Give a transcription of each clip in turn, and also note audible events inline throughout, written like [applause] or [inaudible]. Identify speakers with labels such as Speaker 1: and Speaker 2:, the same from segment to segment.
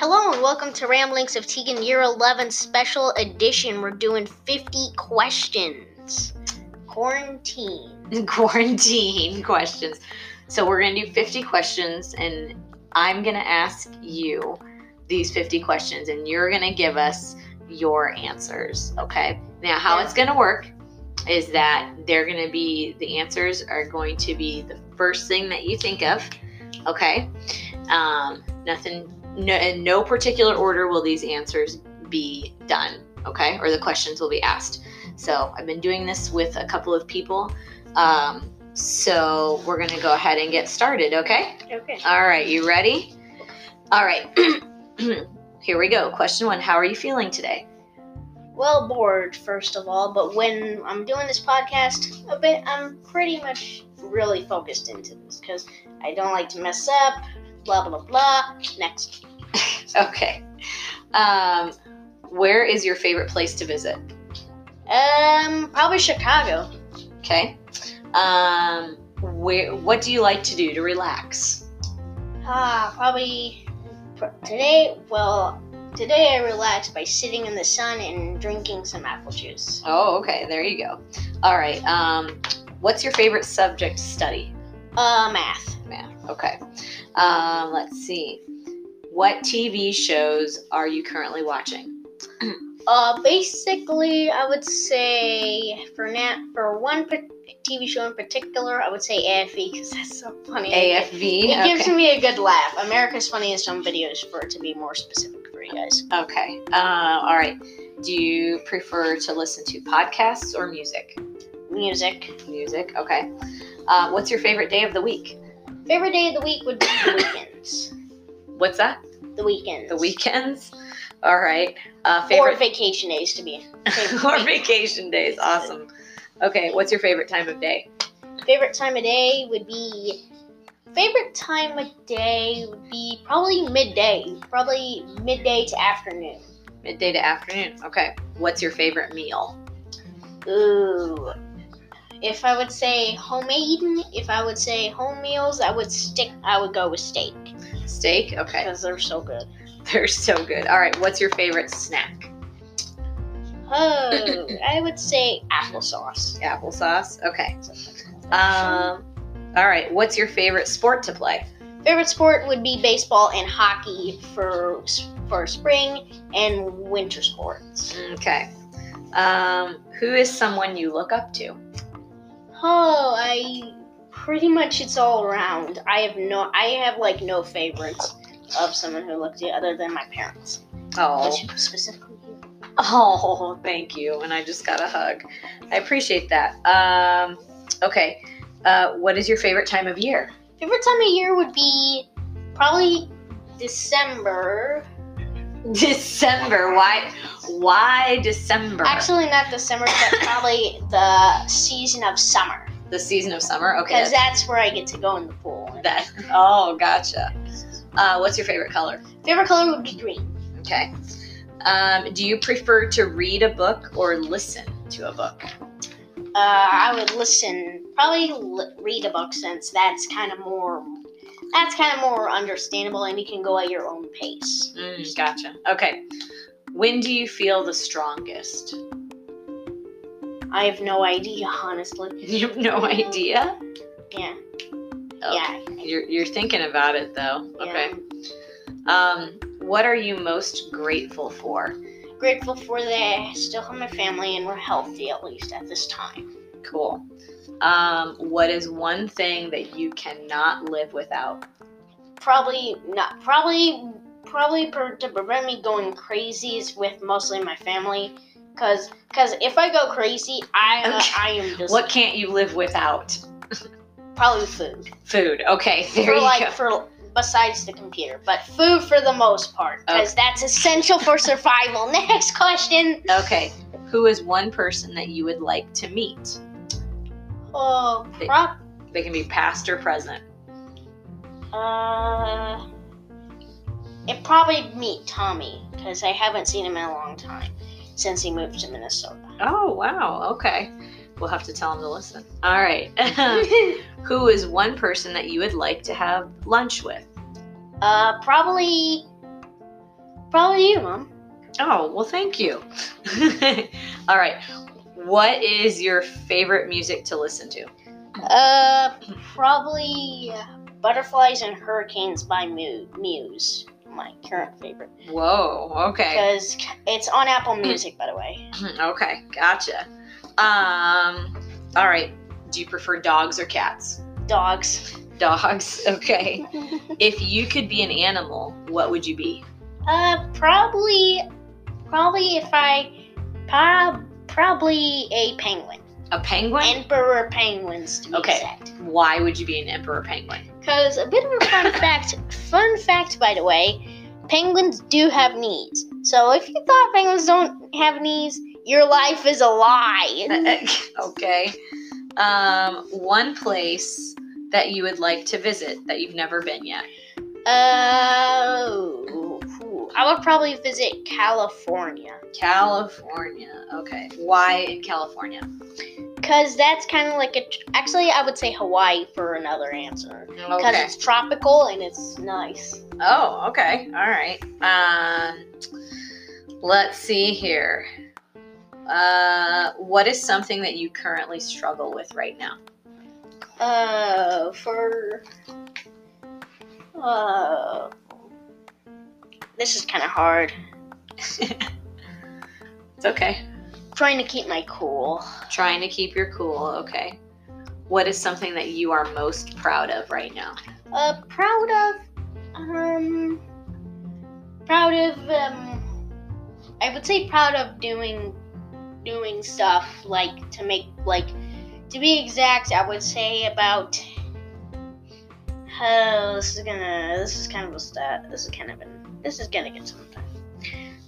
Speaker 1: welcome to Ramblings of Tegan Year 11 Special Edition. We're doing 50 questions. Quarantine.
Speaker 2: [laughs] quarantine questions. So we're going to do 50 questions and I'm going to ask you these 50 questions and you're going to give us your answers, okay? Now how it's going to work is that they're going to be the answers are going to be the first thing that you think of, okay? Um, nothing no, in no particular order will these answers be done, okay? Or the questions will be asked. So I've been doing this with a couple of people. Um, so we're going to go ahead and get started, okay?
Speaker 1: Okay.
Speaker 2: All right, you ready? All right. [clears throat] Here we go. Question one How are you feeling today?
Speaker 1: Well, bored, first of all, but when I'm doing this podcast a bit, I'm pretty much really focused into this because I don't like to mess up, blah, blah, blah. Next.
Speaker 2: Okay. Um, where is your favorite place to visit?
Speaker 1: Um, probably Chicago.
Speaker 2: Okay. Um, where, what do you like to do to relax?
Speaker 1: Ah, probably pr- today. Well, today I relaxed by sitting in the sun and drinking some apple juice.
Speaker 2: Oh, okay. There you go. All right. Um, what's your favorite subject to study?
Speaker 1: Uh, math.
Speaker 2: Math. Okay. Um, let's see. What TV shows are you currently watching?
Speaker 1: Uh, basically, I would say for na- for one pa- TV show in particular, I would say AFE because that's so funny.
Speaker 2: AFV.
Speaker 1: It
Speaker 2: E? okay.
Speaker 1: gives me a good laugh. America's Funniest Home Videos, for it to be more specific for you guys.
Speaker 2: Okay. Uh, all right. Do you prefer to listen to podcasts or music?
Speaker 1: Music.
Speaker 2: Music. Okay. Uh, what's your favorite day of the week?
Speaker 1: Favorite day of the week would be the weekends.
Speaker 2: What's that?
Speaker 1: The weekends.
Speaker 2: The weekends. All right. Uh,
Speaker 1: Or
Speaker 2: favorite
Speaker 1: vacation days to
Speaker 2: [laughs]
Speaker 1: be.
Speaker 2: or vacation days. Awesome. Okay. What's your favorite time of day?
Speaker 1: Favorite time of day would be. Favorite time of day would be probably midday. Probably midday to afternoon.
Speaker 2: Midday to afternoon. Okay. What's your favorite meal?
Speaker 1: Ooh. If I would say homemade, if I would say home meals, I would stick. I would go with steak
Speaker 2: Steak. Okay.
Speaker 1: because they're so good.
Speaker 2: [laughs] They're so good. All right. What's your favorite snack?
Speaker 1: [laughs] Oh, I would say applesauce.
Speaker 2: Applesauce. Okay. Um. All right. What's your favorite sport to play?
Speaker 1: Favorite sport would be baseball and hockey for for spring and winter sports.
Speaker 2: Okay. Um, who is someone you look up to?
Speaker 1: Oh, I pretty much it's all around. I have no, I have like no favorites of someone who looked at other than my parents.
Speaker 2: Oh, [laughs]
Speaker 1: Which specifically, you.
Speaker 2: oh, thank you. And I just got a hug. I appreciate that. Um, okay. Uh, what is your favorite time of year? [laughs]
Speaker 1: favorite time of year would be probably December.
Speaker 2: December. Why? Why December?
Speaker 1: Actually, not December, but probably the season of summer
Speaker 2: the season of summer. Okay.
Speaker 1: because that's where I get to go in the pool.
Speaker 2: That. [laughs] Oh, gotcha. Uh, what's your favorite color?
Speaker 1: Favorite color would be green.
Speaker 2: Okay. Um, do you prefer to read a book or listen to a book?
Speaker 1: Uh, I would listen, probably l- read a book since that's kind of more. That's kind of more understandable, and you can go at your own pace.
Speaker 2: Mm, gotcha. Okay. When do you feel the strongest? [laughs]
Speaker 1: I have no idea, honestly.
Speaker 2: You
Speaker 1: [laughs]
Speaker 2: have no idea.
Speaker 1: Yeah,
Speaker 2: Okay.
Speaker 1: yeah.
Speaker 2: You're, you're thinking about it though.
Speaker 1: yeah.
Speaker 2: Oh, Okay. Um, what are you most grateful for?
Speaker 1: Grateful for that. I still have my family, and we're healthy at least at this time.
Speaker 2: Cool. Um, what is one thing that you cannot live without?
Speaker 1: Probably not. Probably, probably per, to prevent me going crazy is with mostly my family, cause, cause if I go crazy, I,
Speaker 2: Okay.
Speaker 1: I am just
Speaker 2: What can't you live without?
Speaker 1: probably food.
Speaker 2: Food. Okay, [laughs] there
Speaker 1: for
Speaker 2: you
Speaker 1: like
Speaker 2: go.
Speaker 1: for besides the computer, but food for the most part, because that's essential for survival. [laughs] Next question.
Speaker 2: Okay. Who is one person that you would like to meet?
Speaker 1: Oh, prop.
Speaker 2: They can be past or present.
Speaker 1: Uh, it probably meet Tommy because I haven't seen him in a long time since he moved to Minnesota.
Speaker 2: Oh, wow. Okay. We'll have to tell them to listen.
Speaker 1: [laughs]
Speaker 2: All right. [laughs] Who is one person that you would like to have lunch with?
Speaker 1: uh, probably Probably you, Mom.
Speaker 2: Oh, well, thank you. [laughs] All right. What is your favorite music to listen to?
Speaker 1: Uh, probably uh, Butterflies and Hurricanes by Mu- Muse, my current favorite.
Speaker 2: Whoa. Okay. [clears throat] Hmm.
Speaker 1: Because it's on Apple Music, by the way.
Speaker 2: Okay. Gotcha. Um, all right. Do you prefer dogs or cats?
Speaker 1: Dogs.
Speaker 2: Dogs. [laughs] Okay. if you could be an animal, what would you be?
Speaker 1: uh, probably, probably if I, prob- probably a penguin.
Speaker 2: A penguin?
Speaker 1: Emperor penguins, to be
Speaker 2: Okay.
Speaker 1: exact.
Speaker 2: Why would you be an emperor penguin?
Speaker 1: Because a bit of a fun fact, fun fact, by the way, penguins do have knees. So if you thought penguins don't have knees, your life is a lie.
Speaker 2: [laughs] Uh, okay. Um, one place that you would like to visit that you've never been yet.
Speaker 1: Oh, ooh. I would probably visit California.
Speaker 2: California. Okay. Why in California?
Speaker 1: Because that's kind of like a. tr- Actually, I would say Hawaii for another answer. Because
Speaker 2: Okay.
Speaker 1: it's tropical and it's nice.
Speaker 2: Oh, okay. All right. Um, let's see here. Uh, what is something that you currently struggle with right now?
Speaker 1: Uh, for. Uh. This is kind of hard.
Speaker 2: It's okay.
Speaker 1: Trying to keep my cool.
Speaker 2: Trying to keep your cool. Okay. What is something that you are most proud of right now?
Speaker 1: Uh, proud of. Um. Proud of. Um. I would say proud of doing. Doing stuff like to make. Like. To be exact, I would say about. Oh, this is gonna. This is kind of a stat. This is kind of an. This is gonna get some time.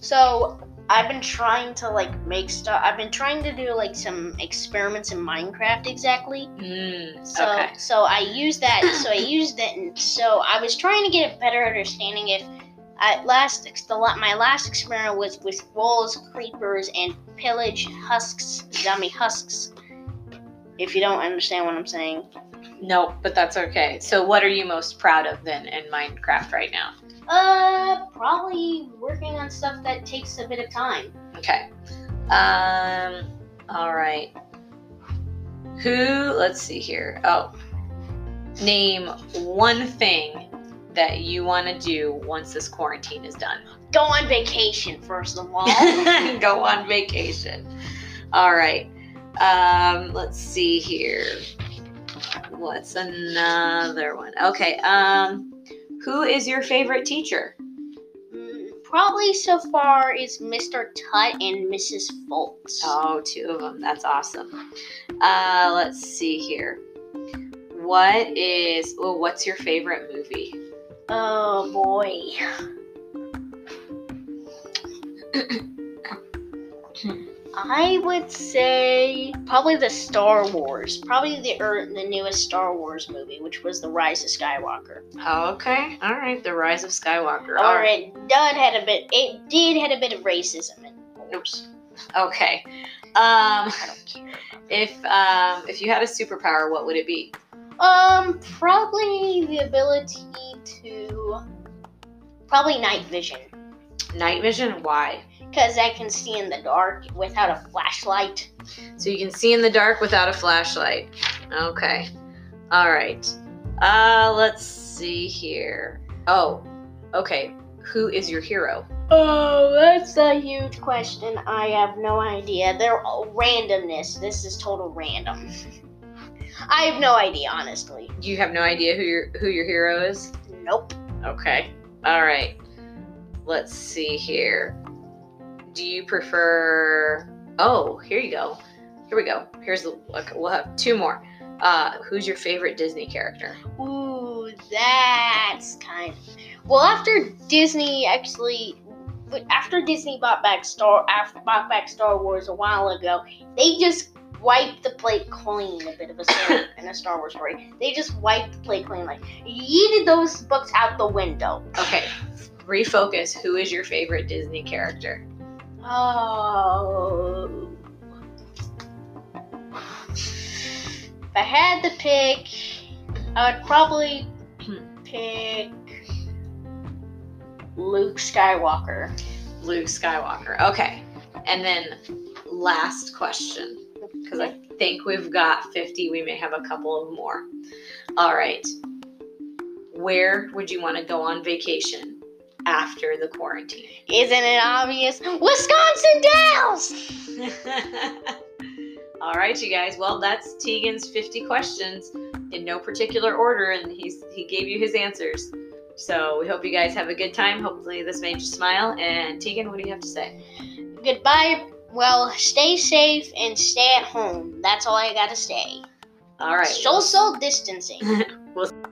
Speaker 1: So I've been trying to like make stuff. I've been trying to do like some experiments in Minecraft exactly.
Speaker 2: Mm,
Speaker 1: So
Speaker 2: okay.
Speaker 1: so I used that.
Speaker 2: [clears throat]
Speaker 1: So I used it. And so I was trying to get a better understanding if at last ex- the la- my last experiment was with wolves, creepers, and pillage husks, dummy husks. If you don't understand what I'm saying,
Speaker 2: No, but that's okay. So, what are you most proud of then in Minecraft right now?
Speaker 1: uh, probably working on stuff that takes a bit of time.
Speaker 2: Okay. Um. All right. Who? Let's see here. Oh, name one thing that you want to do once this quarantine is done. [laughs]
Speaker 1: Go on vacation first of all.
Speaker 2: Go on vacation. All right. Um. Let's see here. What's another one? Okay. Um. Who is your favorite teacher?
Speaker 1: Mm, probably so far is Mr. Tut and Mrs. Foltz.
Speaker 2: Oh, two of them. That's awesome. Uh, let's see here. What is well, what's your favorite movie?
Speaker 1: Oh boy. I would say probably the Star Wars, probably the er, the newest Star Wars movie, which was The Rise of Skywalker.
Speaker 2: okay, all right, The Rise of Skywalker. All
Speaker 1: Or
Speaker 2: right,
Speaker 1: it did had a bit, it did had a bit of racism in it. Oops,
Speaker 2: okay. Um,
Speaker 1: I don't care.
Speaker 2: if um, if you had a superpower, what would it be?
Speaker 1: Um, probably the ability to probably night vision,
Speaker 2: Night vision. Why?
Speaker 1: because I can see in the dark without a flashlight.
Speaker 2: So you can see in the dark without a flashlight. Okay. All right. Uh, let's see here. Oh, okay. Who is your hero?
Speaker 1: Oh, that's a huge question. I have no idea. They're all randomness. This is total random. I have no idea, honestly.
Speaker 2: You have no idea who your who your hero is.
Speaker 1: Nope.
Speaker 2: Okay. All right. Let's see here. Do you prefer? Oh, here you go. Here we go. Here's the. Okay, we'll have two more. Uh, who's your favorite Disney character?
Speaker 1: Ooh, that's kind. Well, after Disney actually, but after Disney bought back Star, after bought back Star Wars a while ago, they just wiped the plate clean. A bit of a story in a Star Wars story. They just wiped the plate clean, like yeeted those books out the window.
Speaker 2: Okay. Refocus. Who is your favorite Disney character?
Speaker 1: Oh. If I had to pick, I would probably pick. Luke Skywalker.
Speaker 2: Luke Skywalker. Okay. And then last question, because I think we've got 50. We may have a couple of more. All right. Where would you want to go on vacation after the quarantine? [laughs]
Speaker 1: Isn't it obvious? Wisconsin Dells!
Speaker 2: All right, you guys. Well, that's Tegan's 50 questions in no particular order, and he's he gave you his answers. So we hope you guys have a good time. Hopefully, this made you smile. And Tegan, what do you have to say?
Speaker 1: Goodbye. Well, stay safe and stay at home. That's all I gotta say.
Speaker 2: All right.
Speaker 1: Social distancing.
Speaker 2: We'll-